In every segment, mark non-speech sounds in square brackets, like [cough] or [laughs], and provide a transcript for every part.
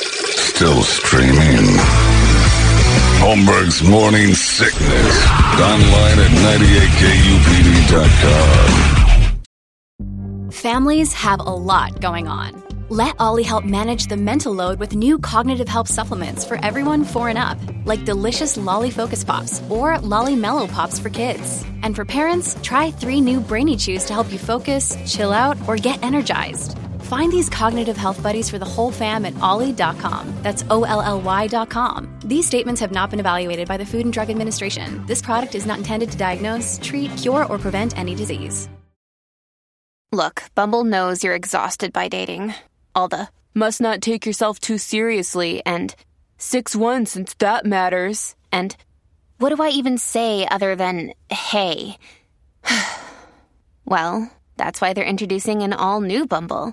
still streaming. Holmberg's Morning Sickness. Online at 98kupd.com. Families have a lot going on. Let Ollie help manage the mental load with new cognitive help supplements for everyone four and up, like delicious Lolly Focus Pops or Lolly Mellow Pops for kids. And for parents, try three new Brainy Chews to help you focus, chill out, or get energized. Find these cognitive health buddies for the whole fam at ollie.com. That's O L L Y.com. These statements have not been evaluated by the Food and Drug Administration. This product is not intended to diagnose, treat, cure, or prevent any disease. Look, Bumble knows you're exhausted by dating. All the must not take yourself too seriously and 6 1 since that matters. And what do I even say other than hey? [sighs] well, that's why they're introducing an all new Bumble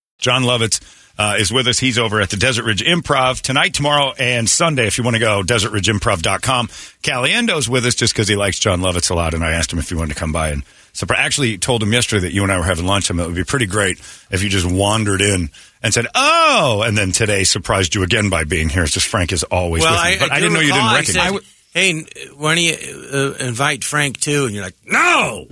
John Lovitz uh, is with us. He's over at the Desert Ridge Improv tonight, tomorrow, and Sunday. If you want to go, desertridgeimprov.com. Caliendo's with us just because he likes John Lovitz a lot, and I asked him if he wanted to come by. And so I actually told him yesterday that you and I were having lunch, and it would be pretty great if you just wandered in and said, "Oh!" And then today surprised you again by being here. It's just Frank is always Well, with me, I, but I, do didn't know you recall didn't I recognize. said, Hey, n- why don't you uh, invite Frank too? And you're like, no.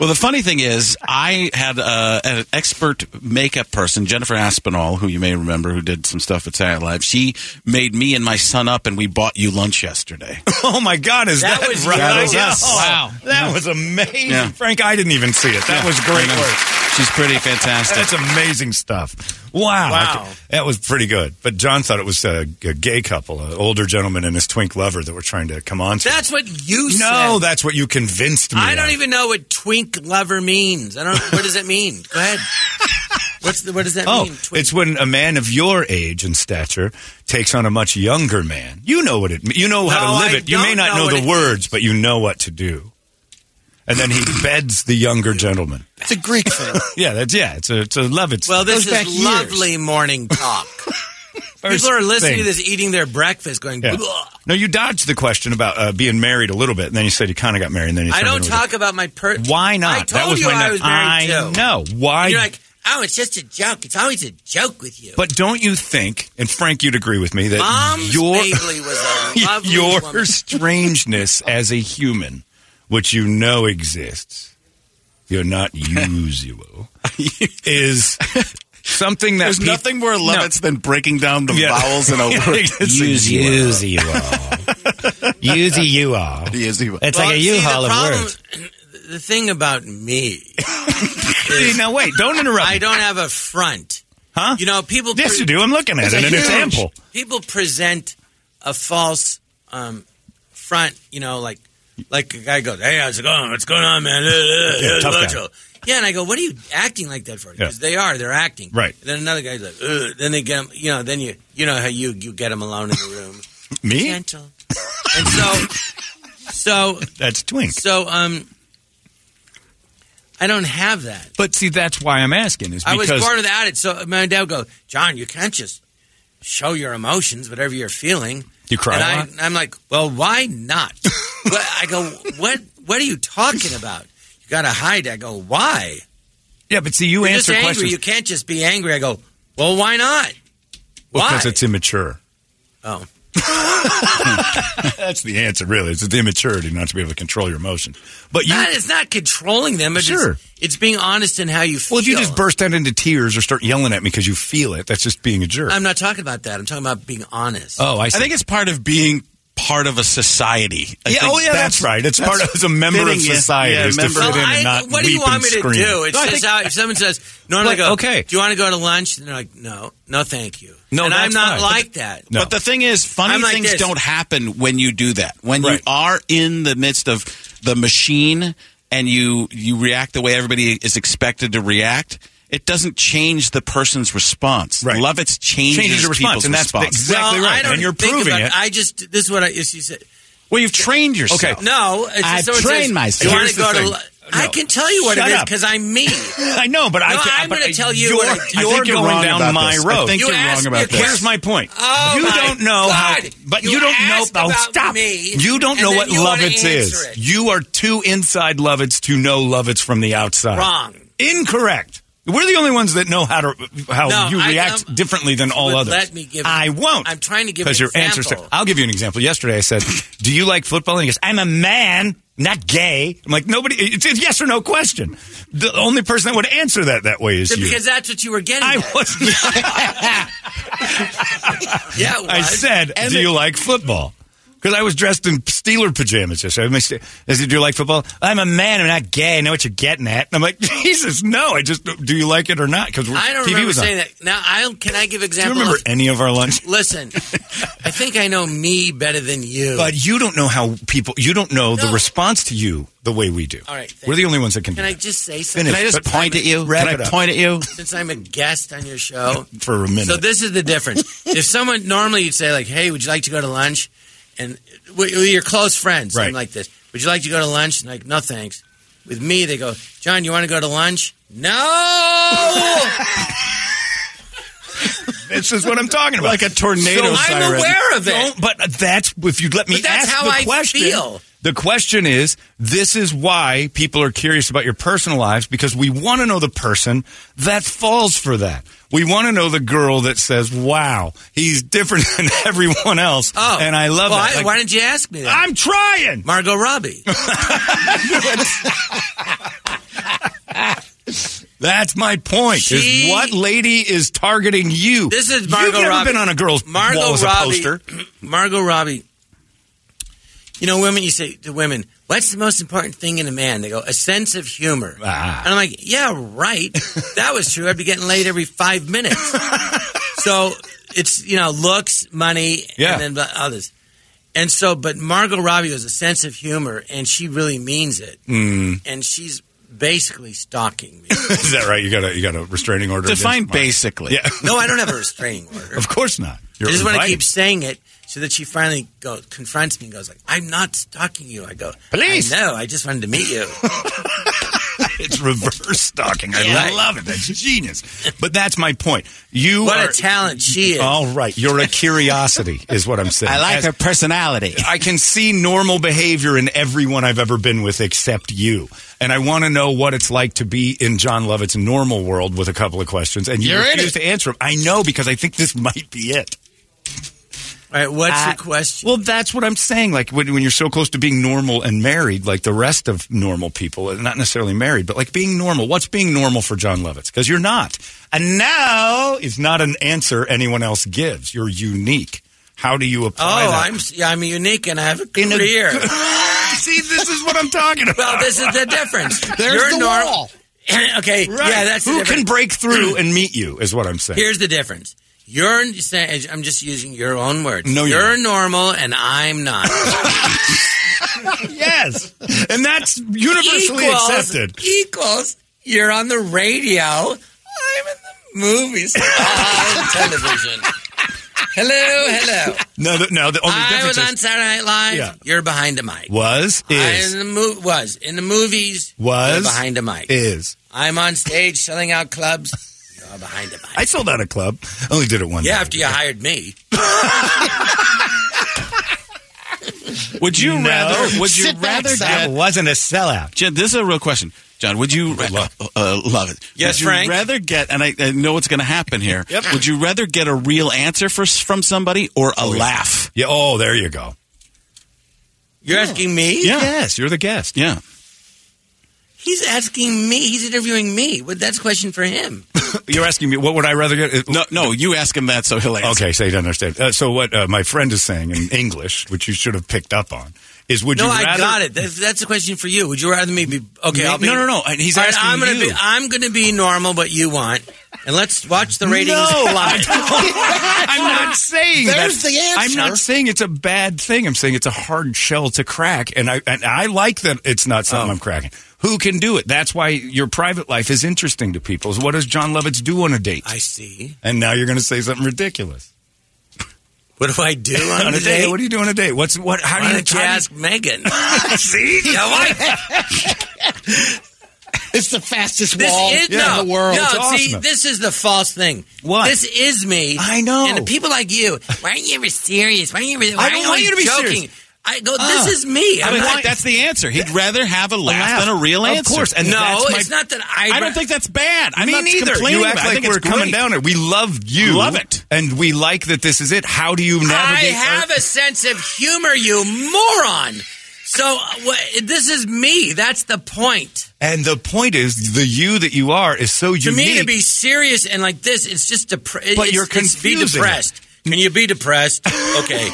Well, the funny thing is, I had uh, an expert makeup person, Jennifer Aspinall, who you may remember, who did some stuff at Saturday Night Live. She made me and my son up, and we bought you lunch yesterday. [laughs] Oh my God! Is that, That was right? you. That was us. Oh, Wow. that was amazing, Yeah. Frank. I didn't even see it. That was great I know. work. She's pretty fantastic. That's amazing stuff. Wow. Wow. That was pretty good. But John thought it was a, a gay couple, an older gentleman and his twink lover that were trying to come on to. That's what you said. no, that's what you convinced me. I don't of. even know what twink lover means. I don't. What does that mean? [laughs] Go ahead. What's the, what does that Oh, mean? Twink? it's when a man of your age and stature takes on a much younger man. You know what it. You know how No, to live I it. You may don't not know know, what the it words, but you know what to do. And then he beds the younger gentleman. It's a Greek thing. Yeah, that's yeah. It's a it's a love. It's well, this goes back is years. lovely morning [laughs] talk. People are listening thing. to this, eating their breakfast, going. Yeah. "Bleh." No, you dodged the question about uh, being married a little bit, and then you said you kind of got married. And then you I turned don't it over. talk about my per. Why not? I told you I ne- was married I too. know why. And you're like, oh, it's just a joke. It's always a joke with you. but don't you think? And Frank, you'd agree with me that Mom's your Bagley was a [laughs] lovely your [laughs] woman. strangeness as a human, which you know exists, you're not [laughs] usual, is something that There's peop- nothing more No. Lovitz than breaking down the Yeah. [laughs] vowels in a [laughs] Yeah, word. it's a Usual. Usually you are. Usual. It's Well, like a see, the U-Haul of problem- words. The thing about me, Now wait, don't interrupt. I me. don't have a front. Huh? You know, people. Yes, pre- you do. I'm looking at It's it, a and it's huge- ample. People present a false um, front. You know, like like a guy goes, "Hey, how's it going? What's going on, man?" Yeah, tough guy. [laughs] yeah, and I go, "What are you acting like that for?" Because Yeah. they are. They're acting. Right. And then another guy's like, Ugh. then they get 'em- You know, then you you know how you you get them alone in [laughs] the room, Me? gentle, and so so That's twink. So um, I don't have that. But see, that's why I'm asking is I was because born without it. So my dad would go, John, you can't just show your emotions, whatever you're feeling. You cry a lot? And I, I'm like, well, why not? [laughs] But I go, what? What are you talking about? You got to hide. I go, why? yeah, but see, you You're just answer angry. questions You can't just be angry. I go, well, why not? Why? because it's immature. oh, That's the answer, really. It's the immaturity not to be able to control your emotion. But you, not, it's not controlling them. It's Sure. it's being honest in how you feel. well, if you just burst out into tears or start yelling at me because you feel it, that's just being a jerk. I'm not talking about that. I'm talking about being honest. oh, I I see. think it's part of being part of a society. I yeah, think oh yeah, that's, right. It's part of as a member of fitting, yeah. society Yeah, is to member- fit Well, in and I- not what do weep you want and me scream. to do? It's No, I just think- how if someone says, normally But, I go, okay. do you want to go to lunch? And they're like, no, no, thank you. No, and I'm that's fine. not like that. No. But the thing is, funny I'm like things this. don't happen when you do that. When Right. you are in the midst of the machine and you you react the way everybody is expected to react, it doesn't change the person's response. Right. Lovitz changes, Changes the response, people's and that's the- response. exact- exactly well, right, I don't and you're think proving about, it. I just this is what I you said. well, you've trained yourself. Okay. No, it's just I've someone trained says, myself. You want Here's to the go thing. to? lu- I No. can tell you what Shut it is up. because I'm me. [laughs] I know, but I No, can, I'm but gonna tell you You're, what I- you're I think you're going wrong down about my this. road. I think You you are asked wrong me a about this. Here's my point. Oh, you my don't know how, God. but you, You don't know. asked Oh, about stop! me, you don't and know then what you wanna Lovitz answer is. it. You are too inside Lovitz to know Lovitz from the outside. Wrong. Incorrect. We're the only ones that know how to how No, you I- react um, differently than if you all would others. let me give- I won't. I'm trying to give an because your answer's. example. I'll give you an example. Yesterday, I said, "Do you like football?" And he goes, "I'm a man, not gay." I'm like, nobody. It's a yes or no question. The only person that would answer that that way is you. Because that's what you were getting. I at. was. [laughs] Yeah, it I was. said, "Do you like football?" Because I was dressed in Steeler pajamas. yesterday. I missed it. I said, "Do you like football?" I'm a man. I'm not gay. I know what you're getting at. And I'm like, [laughs] Jesus, no. I just do you like it or not? Because I don't TV remember was on. saying that. Now, I can I give Do you examples? remember any of our lunch? [laughs] Listen, I think I know me better than you. But you don't know how people. You don't know the No. response to you the way we do. All right, thank we're the you. only ones that can. can do I that. just say something? Finish. Can I just But- point at you? Wrap Can it I up. point at you? since I'm a guest on your show [laughs] For a minute. So this is [laughs] the difference. if someone normally you'd say like, "Hey, would you like to go to lunch?" and we- we- you're close friends, Right. something like this. Would you like to go to lunch? And like, no, thanks. With me, they go, John, you want to go to lunch? No. This is what I'm talking about. Like a tornado So I'm siren. aware of it. Don't- but that's if you'd let me But that's ask how the I question. feel. The question is: This is why people are curious about your personal lives because we want to know the person that falls for that. We want to know the girl that says, "Wow, he's different [laughs] than everyone else," Oh, [laughs] and I love well, that. I- Like, why didn't you ask me that? I'm trying. Margot Robbie. That's my point. She- is what lady is targeting you? This is Margot You've never Robbie. been on a girl's Margot wall as a Robbie, poster. [clears throat] [laughs] Margot Robbie. You know, women. You say to women, "What's the most important thing in a man?" They go, "A sense of humor." Ah. And I'm like, "Yeah, right. that was true. I'd be getting laid every [laughs] five minutes." so it's you know looks, money, Yeah. and then the others. And so, but Margot Robbie has a sense of humor, and she really means it. Mm. And she's basically stalking me. is that right? You got a you got a restraining order. against Define Mark. basically. Yeah, [laughs] no, I don't have a restraining order. of course not. You're I just want to invited. keep saying it so that she finally go, confronts me and goes like, "I'm not stalking you." I go, Police. "I know. I just wanted to meet [laughs] you." It's reverse stalking. I Yeah. love it. That's genius. But that's my point. You what are Oh. a talent she is! all right. You're a curiosity, is what I'm saying. As- personality. I can see normal behavior in everyone I've ever been with except you. And I want to know what it's like to be in John Lovett's normal world with a couple of questions. And you You're in refuse it. to answer them. I know because I think this [laughs] might be it. All right, what's Uh, your question? Well, that's what I'm saying. Like when, when you're so close to being normal and married, like the rest of normal people, and not necessarily married, but like being normal. What's being normal for John Lovitz? Because you're not. And now is not an answer anyone else gives. You're unique. How do you apply oh, that? I'm yeah, I'm unique and I have a In a- career. [laughs] See, this is what I'm talking about. well, this is [laughs] the difference. There's You're the norm- wall. [laughs] okay, Right. yeah, that's who the can difference. break through and meet you is what I'm saying. Here's the difference. You're saying I'm just using your own words. No, you're you're, normal and I'm not. [laughs] yes, [laughs] and that's universally Equals- accepted. Equals you're on the radio. I'm in the [laughs] movies. on television. Hello, hello. No, the, no. The only I difference was on is, Saturday Night Live. Yeah. You're behind a mic. was I is in the mo- was in the movies. Was? you're behind a mic. is. I'm on stage selling out clubs. You're behind a mic. I sold out a club. I only did it one. yeah, time. after you hired me. [laughs] Would you rather? Would you Sit back, rather? Sal. get- It wasn't a sellout. Jen, this is a real question. John, would you ra- love uh, uh, love it? Yes, would you Frank? rather get, and I, I know what's going to happen here. Would you rather get a real answer for, s- from somebody or a laugh? Yeah. Oh, there you go. You're asking me. Yes, you're the guest. Yeah. He's asking me. He's interviewing me. Well, that's a question for him. You're asking me what would I rather get? No, no, you ask him that so he'll answer. Okay, so you don't understand. Uh, so what uh, my friend is saying in English, which you should have picked up on, is would no, you I rather? got it. That's, that's a question for you. Would you rather me be okay? Me- I'll be, no, no, no. And he's All asking I'm gonna you. be. I'm gonna be normal, what you want, and let's watch the ratings No, plummet. I'm not saying There's that. the answer. I'm not saying it's a bad thing. I'm saying it's a hard shell to crack, and I and I like that it's not something I'm cracking. Who can do it? That's why your private life is interesting to people. Is What does John Lovitz do on a date? [laughs] I see. and now you're going to say something ridiculous What do [laughs] I do on, on a date. What do you do on a date? What's what? How do Why you? don't you how do you- [laughs] ask Megan? [laughs] see, yeah, why? It's the fastest This wall is in no, the world. No, awesome. see, this is the false thing. What? This is me. I know. And the people like you. Why aren't you ever serious? Why aren't you? Ever, why I don't want are always you to be joking? serious. Uh, I go. This is me. I I'm mean, not- that- that's the answer. He'd rather have a laugh, laugh. than a real Of answer. course, and no, that's my- it's not that I. I don't think that's bad. I'm Me not neither. complaining You act about it. I like think we're it's coming great. down it. We love you. Love it. And we like that this is it. How do you navigate? I have a sense of humor, you moron. So uh, wha- this is me. That's the point. and the point is, the you that you are is so To unique. me, to be serious and like this, it's just depressed. But you're Be confusing it. depressed. Can you be depressed? Okay. [laughs]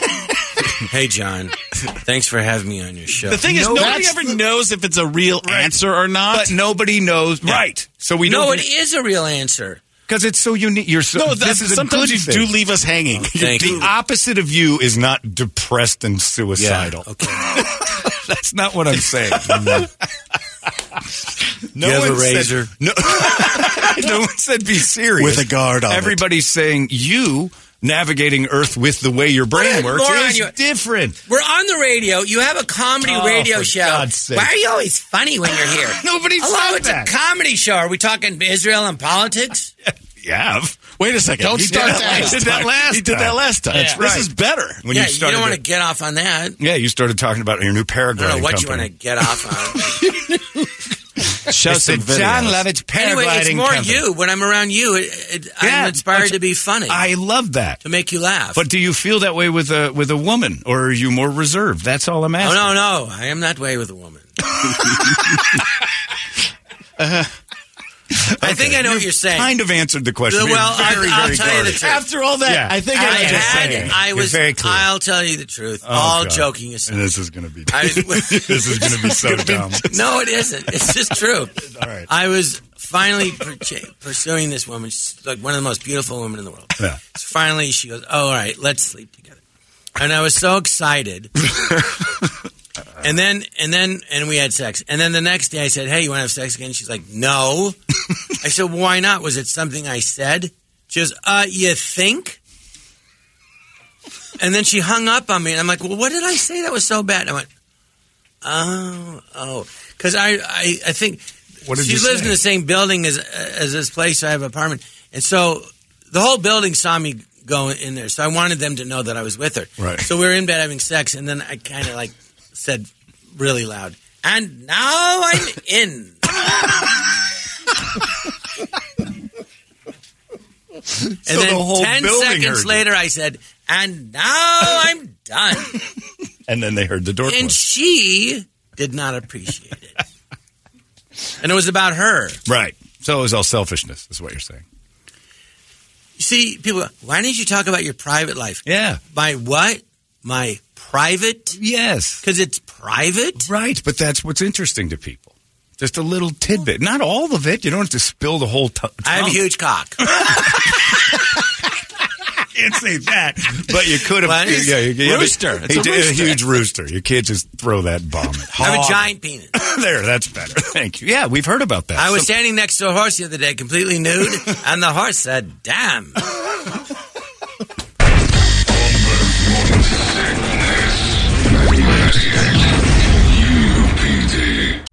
hey, John. Thanks for having me on your show. The thing is, No, nobody that's ever knows if it's a real answer or not. but nobody knows. Right. So we no, don't. it is a real answer. Because it's so unique. You're so. no, this that's, is a sometimes good you thing. do leave us Oh, hanging. Thank the you. opposite of you is not depressed and suicidal. [laughs] Okay. That's not what I'm saying. no You have a one said- razor? no, [laughs] no one said be serious. With a guard on it. Everybody's saying you navigating Earth with the way your brain a works moron is you- different. [laughs] We're on the radio. You have a comedy Oh, radio for show. God's sake. Why are you always funny when you're [laughs] here? Nobody Hello, said it's that. a comedy show. Are we talking Israel and politics? Yeah. Wait a second. Don't He start did that. He did that last. He He did that last time. That's This right. is better. When yeah, you started don't want to to- get off on that. Yeah, you started talking about your new I paragliding don't know what you want company. to get off [laughs] on. Show It's the John Lovitz paragliding anyway, it's more company. you. When I'm around you, it, it, Yeah, I'm inspired that's- to be funny, I love that. to make you laugh. But do you feel that way with a with a woman, or are you more reserved? That's all I'm oh asking. no, no, I am that way with [laughs] a woman. I think I know what you're saying. Kind of answered the question. Well, We were I- very, I'll very tell you the guarded. truth. After all that, Yeah. I think I I, know what you're had, saying. I You're was. very clear. I'll tell you the truth. all God. joking [laughs] aside. And this is going to be. [laughs] I- this is going to be so dumb. [laughs] No, it isn't. It's just true. All right. I was finally per- pursuing this woman. She's like one of the most beautiful women in the world. Yeah. So finally, she goes, oh, "All right, let's sleep together." And I was [laughs] so excited. and then, and then, and we had sex. And then the next day, I said, "Hey, you want to have sex again?" She's like, "No." [laughs] I said, "Why not? Was it something I said?" She goes, "Uh, you think?" And then she hung up on me, and I'm like, "Well, what did I say that was so bad?" And I went, "Oh, oh," because I, I, I think What did she you lives say? in the same building as as this place. I have an apartment, and so the whole building saw me go in there. So I wanted them to know that I was with her. Right. So we were in bed having sex, and then I kind of like said really loud, "And now [laughs] I'm in." And So then the whole ten building seconds heard you. later, I said, [laughs] "And now I'm done." And then they heard the door and close. she did not appreciate it. And it was about her. right. So it was all selfishness, is what you're saying. You see, people, go, why didn't you talk about your private life? Yeah. My what? My private? Yes. Because it's private. Right. But that's what's interesting to people. Just a little tidbit. Not all of it. You don't have to spill the whole. T- I have [laughs] a trunk. huge cock. can't say that, but you could have. Well, it's yeah, you- you- rooster. he It's a did- rooster. huge rooster. You can't just throw that bomb. At I have a hog. giant penis. [laughs] there, that's better. Thank you. Yeah, we've heard about that. I was Some- standing next to a horse the other day, completely nude, and the horse said, "Damn."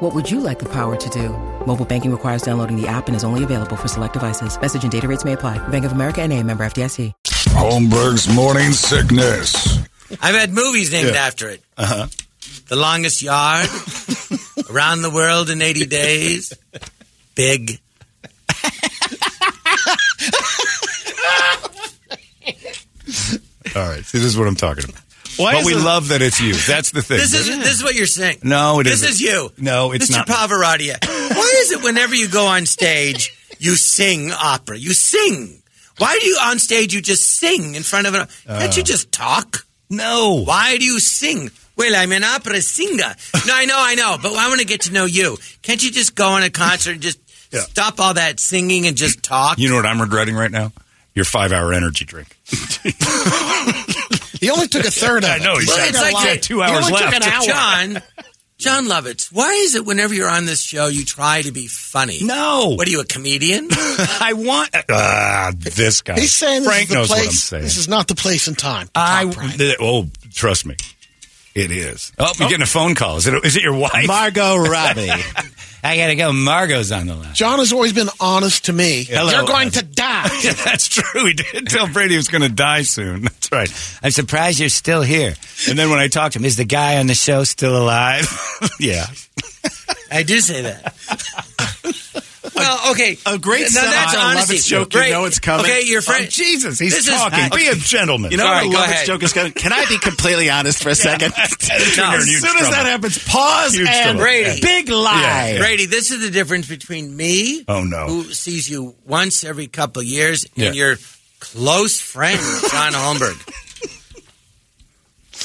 What would you like the power to do? Mobile banking requires downloading the app and is only available for select devices. Message and data rates may apply. Bank of America and a member FDIC. Holmberg's morning sickness. I've had movies named after it. Uh huh. Uh-huh. The [laughs] Longest Yard, Around the World in 80 Days, Big. All right. See, this is what I'm talking about. Why but is we it- love that it's you. That's the thing. This is this is what you're saying. No, it this isn't. is you. No, it's Mr. not. [laughs] Pavarotti. Why is it whenever you go on stage, you sing opera? You sing. Why do you on stage you just sing in front of an? Can't you Uh. just talk? no. Why do you sing? Well, I'm an opera singer. No, I know, I know, but I want to get to know you. Can't you just go on a concert and just Yeah. stop all that singing and just talk? You know what I'm regretting right now? Your five hour energy drink. [laughs] He only took a third of it. [laughs] I know, he's- Well, it's like got that- two hours only took left. an hour. John, John Lovitz, why is it whenever you're on this show you try to be funny? No. What are you, [laughs] a comedian? I want ah this guy. He's saying this Frank is the knows place. what I'm saying. This is not the place and time. to I talk, Brian. th- oh, trust me, it is. Oh, you're getting a phone call. Is it? Is it your wife? [laughs] Margot Robbie. I gotta go. Margot's on the line. John has always been honest to me. Hello, You're going Ozzy. to die. [laughs] Yeah, that's true. He did tell Brady he was going to die soon. [laughs] That's right. I'm surprised you're still here. And then when I talked to him, is the guy on the show still alive? [laughs] yeah. I do say that. [laughs] well, okay. A great now, son that's on a honesty. Lovitz joke, you Right. know it's coming. Okay, your friend. Oh, Jesus, he's This is- talking. I- Be a gentleman. You know Sorry, what go I love ahead. this joke is going Can I be completely [laughs] honest for a second? No. as soon as that happens, pause Huge and trouble. Brady. big lie. Yeah, yeah. Brady, this is the difference between me, Oh, no. who sees you once every couple of years, Yeah. and your close friend [laughs] John Holmberg.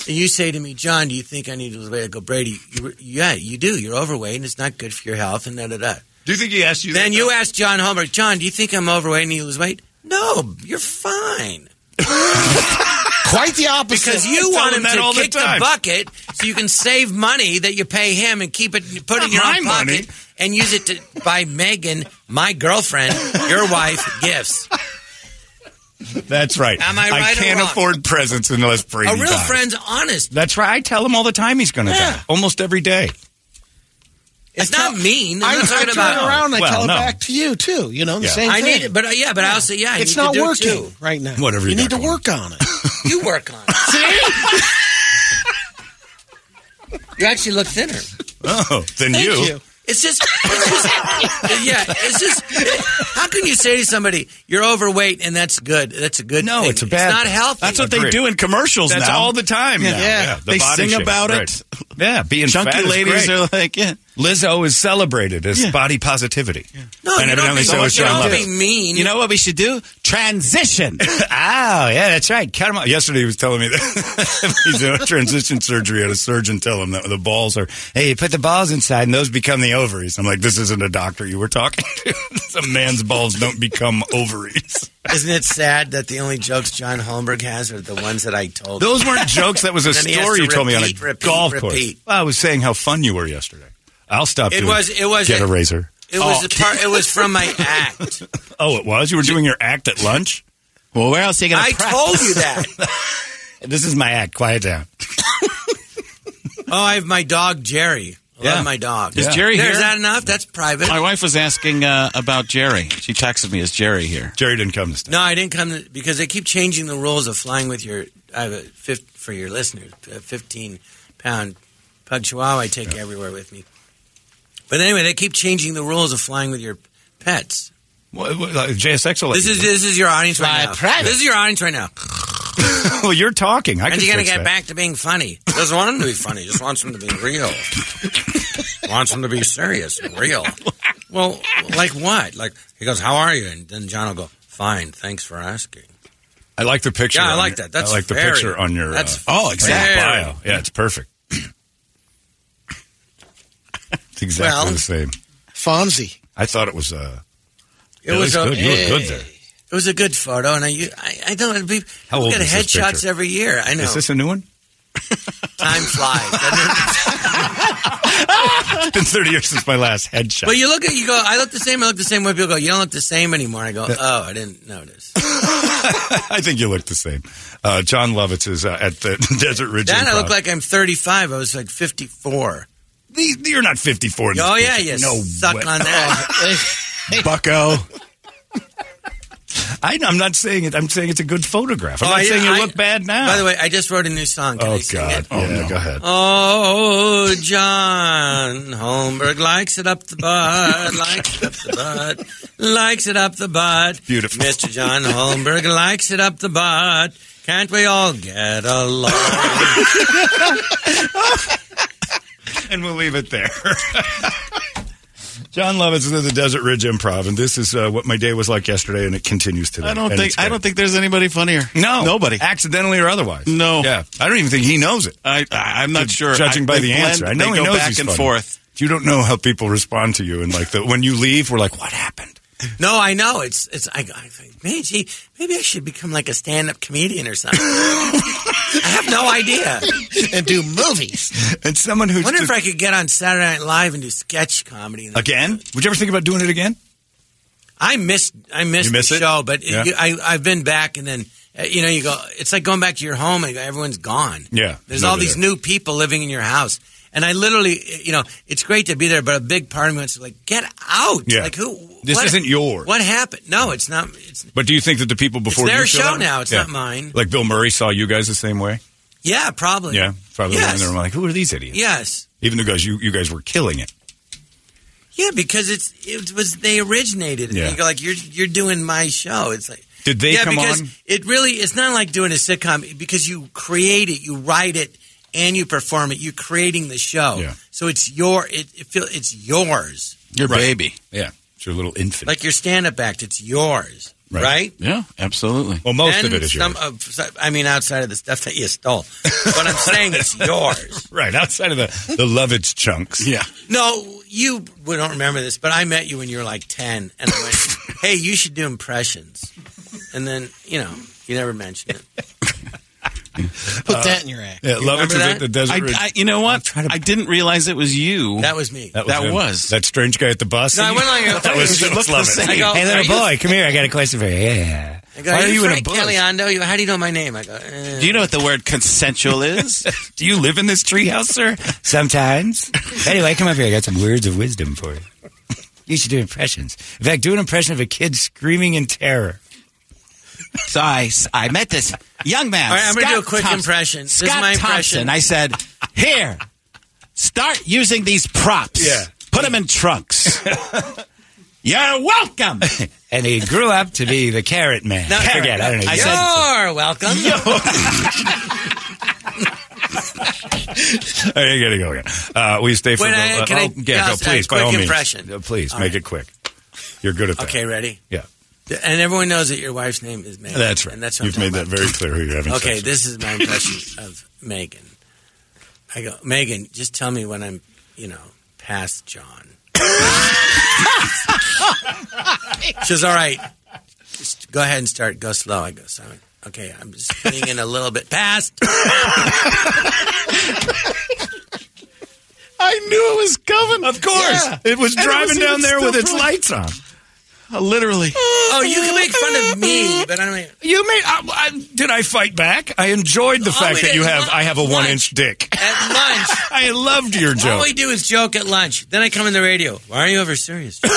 and you say to me, John, do you think I need to lose weight? I go, Brady, you, were- yeah, you do. You're overweight, and it's not good for your health, and da da da. Do you think he asked you? Then you ask John Holmberg, John, do you think I'm overweight and you lose weight? No, you're fine. Quite the opposite. Because I tell you want him him that to all the kick the, time. bucket so you can save money that you pay him and keep it, put it in your Not own my pocket money. and use it to buy Megan, my girlfriend, your wife, [laughs] gifts. That's right. Am I right or can't wrong? afford presents unless Brady A real dies. friend's honest. That's right. I tell him all the time he's going to Yeah. die. Almost every day. It's not mean. I, I'm I not turn talking about. around and I Well, tell no. it back to you, too. You know, the Yeah. same I thing. need it, but uh, yeah, but I also yeah, I It's need to not do it working too. right now. Whatever You you need to got work on it. You work on it. You actually look thinner. Oh, then Thank you. you. It's just, [laughs] it's just- yeah. It's just, how can you say to somebody you're overweight and that's good? That's a good. No, thing. it's a bad It's not thing. healthy. That's what Agreed. they do in commercials That's now. all the time. now. Yeah. Yeah. the They body sing shape. about it. Right. Yeah, being Chunky fat is ladies great. are like, yeah. Lizzo is celebrated as Yeah. body positivity. No, and you don't, evidently be, so is you John don't [laughs] be Lovitz. mean. You know what we should do? Transition. oh, yeah, that's right. Cut him off. Yesterday he was telling me that [laughs] he's doing transition surgery. Had a surgeon tell him that the balls are, hey, you put the balls inside and those become the ovaries. I'm like, this isn't a doctor you were talking to. [laughs] a man's balls don't become ovaries. isn't it sad that the only jokes John Holmberg has are the ones that I told? Those [laughs] weren't jokes. That was a Then he has story to you told me on a repeat, repeat, golf course. repeat. Well, I was saying how fun you were yesterday. I'll stop It doing was- it was Get a- a razor. It was the part. It was from my [laughs] act. Oh, it was? You were doing your act at lunch? Well, where else are you going I to practice? told [laughs] you that. This is my act. Quiet down. Oh, I have my dog Jerry. I Yeah. love my dog. Is Jerry There's here? that enough? That's private. My wife was asking uh, about Jerry. She texted me, "Is Jerry here?" Jerry didn't come this time. No, I didn't come to, because they keep changing the rules of flying with your. I have a fif- for your listeners, a fifteen pound pug chihuahua I take everywhere with me. But anyway, they keep changing the rules of flying with your pets. Well, well, uh, JSX will let This you is do it. this is your audience Fly right now. private. This is your audience right now, [laughs] Well, you're talking. I and can you're gonna fix get that. back to being funny. Doesn't want them to be funny. Just wants them to be real. wants them to be serious and real. Well, like what? Like he goes, "How are you?" And then John will go, "Fine, thanks for asking." I like the picture. Yeah, I on like your- that. That's I like the very- picture on your. that's uh, Oh, exactly. very- bio. Yeah, it's perfect. [laughs] it's exactly Well- the same. Fonzie. I thought it was. Uh, It it was was a- good. You look good there. It was a good photo, and I, I, I don't. it'd Be, How we old get is this headshots picture? every year. I know. Is this a new one? [laughs] Time flies. doesn't it? It's been 30 years since my last headshot. but you look at you go. I look the same. I look the same. When people go, you don't look the same anymore. I go, oh, I didn't notice. [laughs] I think you look the same. Uh, John Lovitz is uh, at the [laughs] Desert Ridge. Then I Improv. look like I'm 35. I was like 54. These, you're not 54. in this Oh yeah, picture. you no suck way. [laughs] on that. [laughs] bucko. [laughs] I, I'm not saying it. I'm saying it's a good photograph. I'm Oh, not I- saying you I- look bad now. By the way, I just wrote a new song. Can I oh sing God. it? Oh no. Go [laughs] ahead. Oh, John Holmberg likes it up the butt, likes it up the butt, likes it up the butt. Beautiful. Mr. John Holmberg likes it up the butt. Can't we all get along? And we'll leave it there. [laughs] John Lovitz is at the Desert Ridge Improv, and this is uh, what my day was like yesterday, and it continues today. I don't And think it's great. I don't think there's anybody funnier. No, nobody. accidentally or otherwise. No. yeah, I don't even think he knows it. I, I I'm not sure. Judging I- by they the blend- answer, I know they he go knows back he's and funny. forth. You don't know how people respond to you, and like the, when you leave, we're like, "What happened?" no, I know. It's, it's, I, I think, man, gee, maybe I should become like a stand up comedian or [laughs] something. I have no idea. and do movies. [laughs] And someone who I wonder if I could get on Saturday Night Live and do sketch comedy. again, would you ever think about doing it again? I missed I missed You miss the it? show, but Yeah. it, I I've been back and then uh, you know you go. It's like going back to your home and everyone's gone. Yeah, there's never all these there. new people living in your house, and I literally you know it's great to be there, but a big part of me wants to like get out. Yeah. like who? This what- isn't yours. What happened? No, it's not. It's But do you think that the people before their you showed show up- now, it's not mine. Like Bill Murray saw you guys the same way. yeah, probably. Yeah, probably went in Yes. there and were like, "Who are these idiots?" Yes. Even though guys, you you guys were killing it. Yeah, because it's it was they originated. it. Yeah. And you go like you're you're doing my show. It's like Did they yeah, come because on? It really it's not like doing a sitcom because you create it, you write it, and you perform it. You're creating the show, Yeah. so it's your it, it feel it's yours. Your Right. baby. Yeah, it's your little infant. Like your stand up act, it's yours, Right. right? Yeah, absolutely. well, most And of it is some yours. of- I mean, outside of the stuff that you stole, but I'm saying [laughs] it's yours. Right outside of the the Lovitz [laughs] chunks. yeah. No, you we don't remember this, but I met you when you were like 10, and I went, hey, you should do impressions. And then, you know, you never mentioned it. Put Uh, that in your act. yeah, Lovitz remember is that? at the Desert I, Ridge. I- you know what? I didn't realize it was you. That was me. that him. was. that strange guy at the bus. No, I went like a- [laughs] that was It looked the Lovitz. same. I go, hey, little "Are you- boy, come here. I got a question for you. Yeah. I go, Why are you, in a Frank bus? Caliendo? You- How do you know my name? I go, eh. Do you know what the word consensual is? Do you live in this treehouse, sir? Sometimes. anyway, come up here. I got some words of wisdom for you. You should do impressions. In fact, do an impression of a kid screaming in terror. so I, I met this young man. All right, I'm gonna Scott do a quick Thompson. impression. This is Scott my impression. Thompson. I said, "Here, start using these props. Yeah. put them in trunks." You're welcome. [laughs] And he grew up to be the carrot man. No, I forget. I don't know. I Yeah. said- Oh, You're welcome. you gotta go again. Uh, will you stay for Wait, the? uh, oh, I- can I- yeah, go, yes, a please. by quick all means. impression. Uh, Please All make right. it quick. You're good at that. Okay, ready? Yeah, And everyone knows that your wife's name is Megan. that's right. And that's You've what I'm talking made that about. very clear who you're having sex Okay, with. this is my impression of Megan. I go, Megan, just tell me when I'm, you know, past John. [laughs] she goes, all right, just go ahead and start. Go slow. I go, Simon. Okay, I'm just being in a little bit past. I knew it was coming. Of course, It was driving down there with its lights on. Uh, Uh, Literally. Oh, you can make fun of me, but I'm like, You made. I, I, did I fight back? I enjoyed the Oh, fact we that did you have. lunch. I have a one inch dick. at lunch. I loved your joke. All we do is joke at lunch. Then I come in the radio. Why are you ever serious? [laughs] what,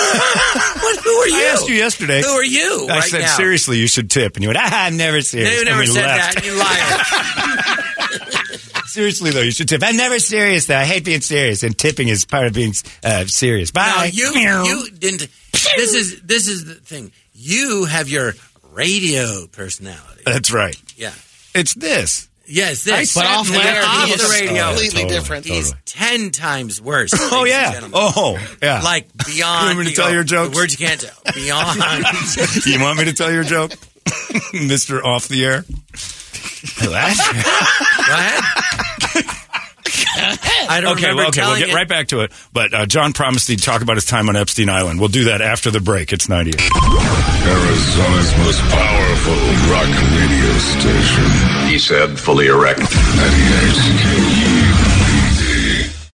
who are you? I asked you yesterday. Who are you? I right said now? seriously, you should tip, and you went, "Ah, I'm never No, serious." you And never we said left. that. You liar. [laughs] Seriously though, you should tip. I'm never serious though. I hate being serious, and tipping is part of being uh, serious. No, Bye. you you didn't. This is this is the thing. You have your radio personality. That's right. Yeah. It's this. Yes. This. But Sat off there, the air, off he is the radio. [laughs] completely Oh, yeah, different. totally. He's ten times worse. [laughs] Oh ladies and yeah. gentlemen. Oh yeah. Like [laughs] beyond. You want me to the- tell your jokes? The words you can't tell. [laughs] Beyond. you want me to tell your joke, [laughs] Mister Off the Air? [laughs] [laughs] what? I don't okay, remember well, okay, we'll telling get it. right back to it. But uh, John promised he'd talk about his time on Epstein Island. We'll do that after the break. It's 98. Arizona's most powerful rock radio station. He said, fully erect. At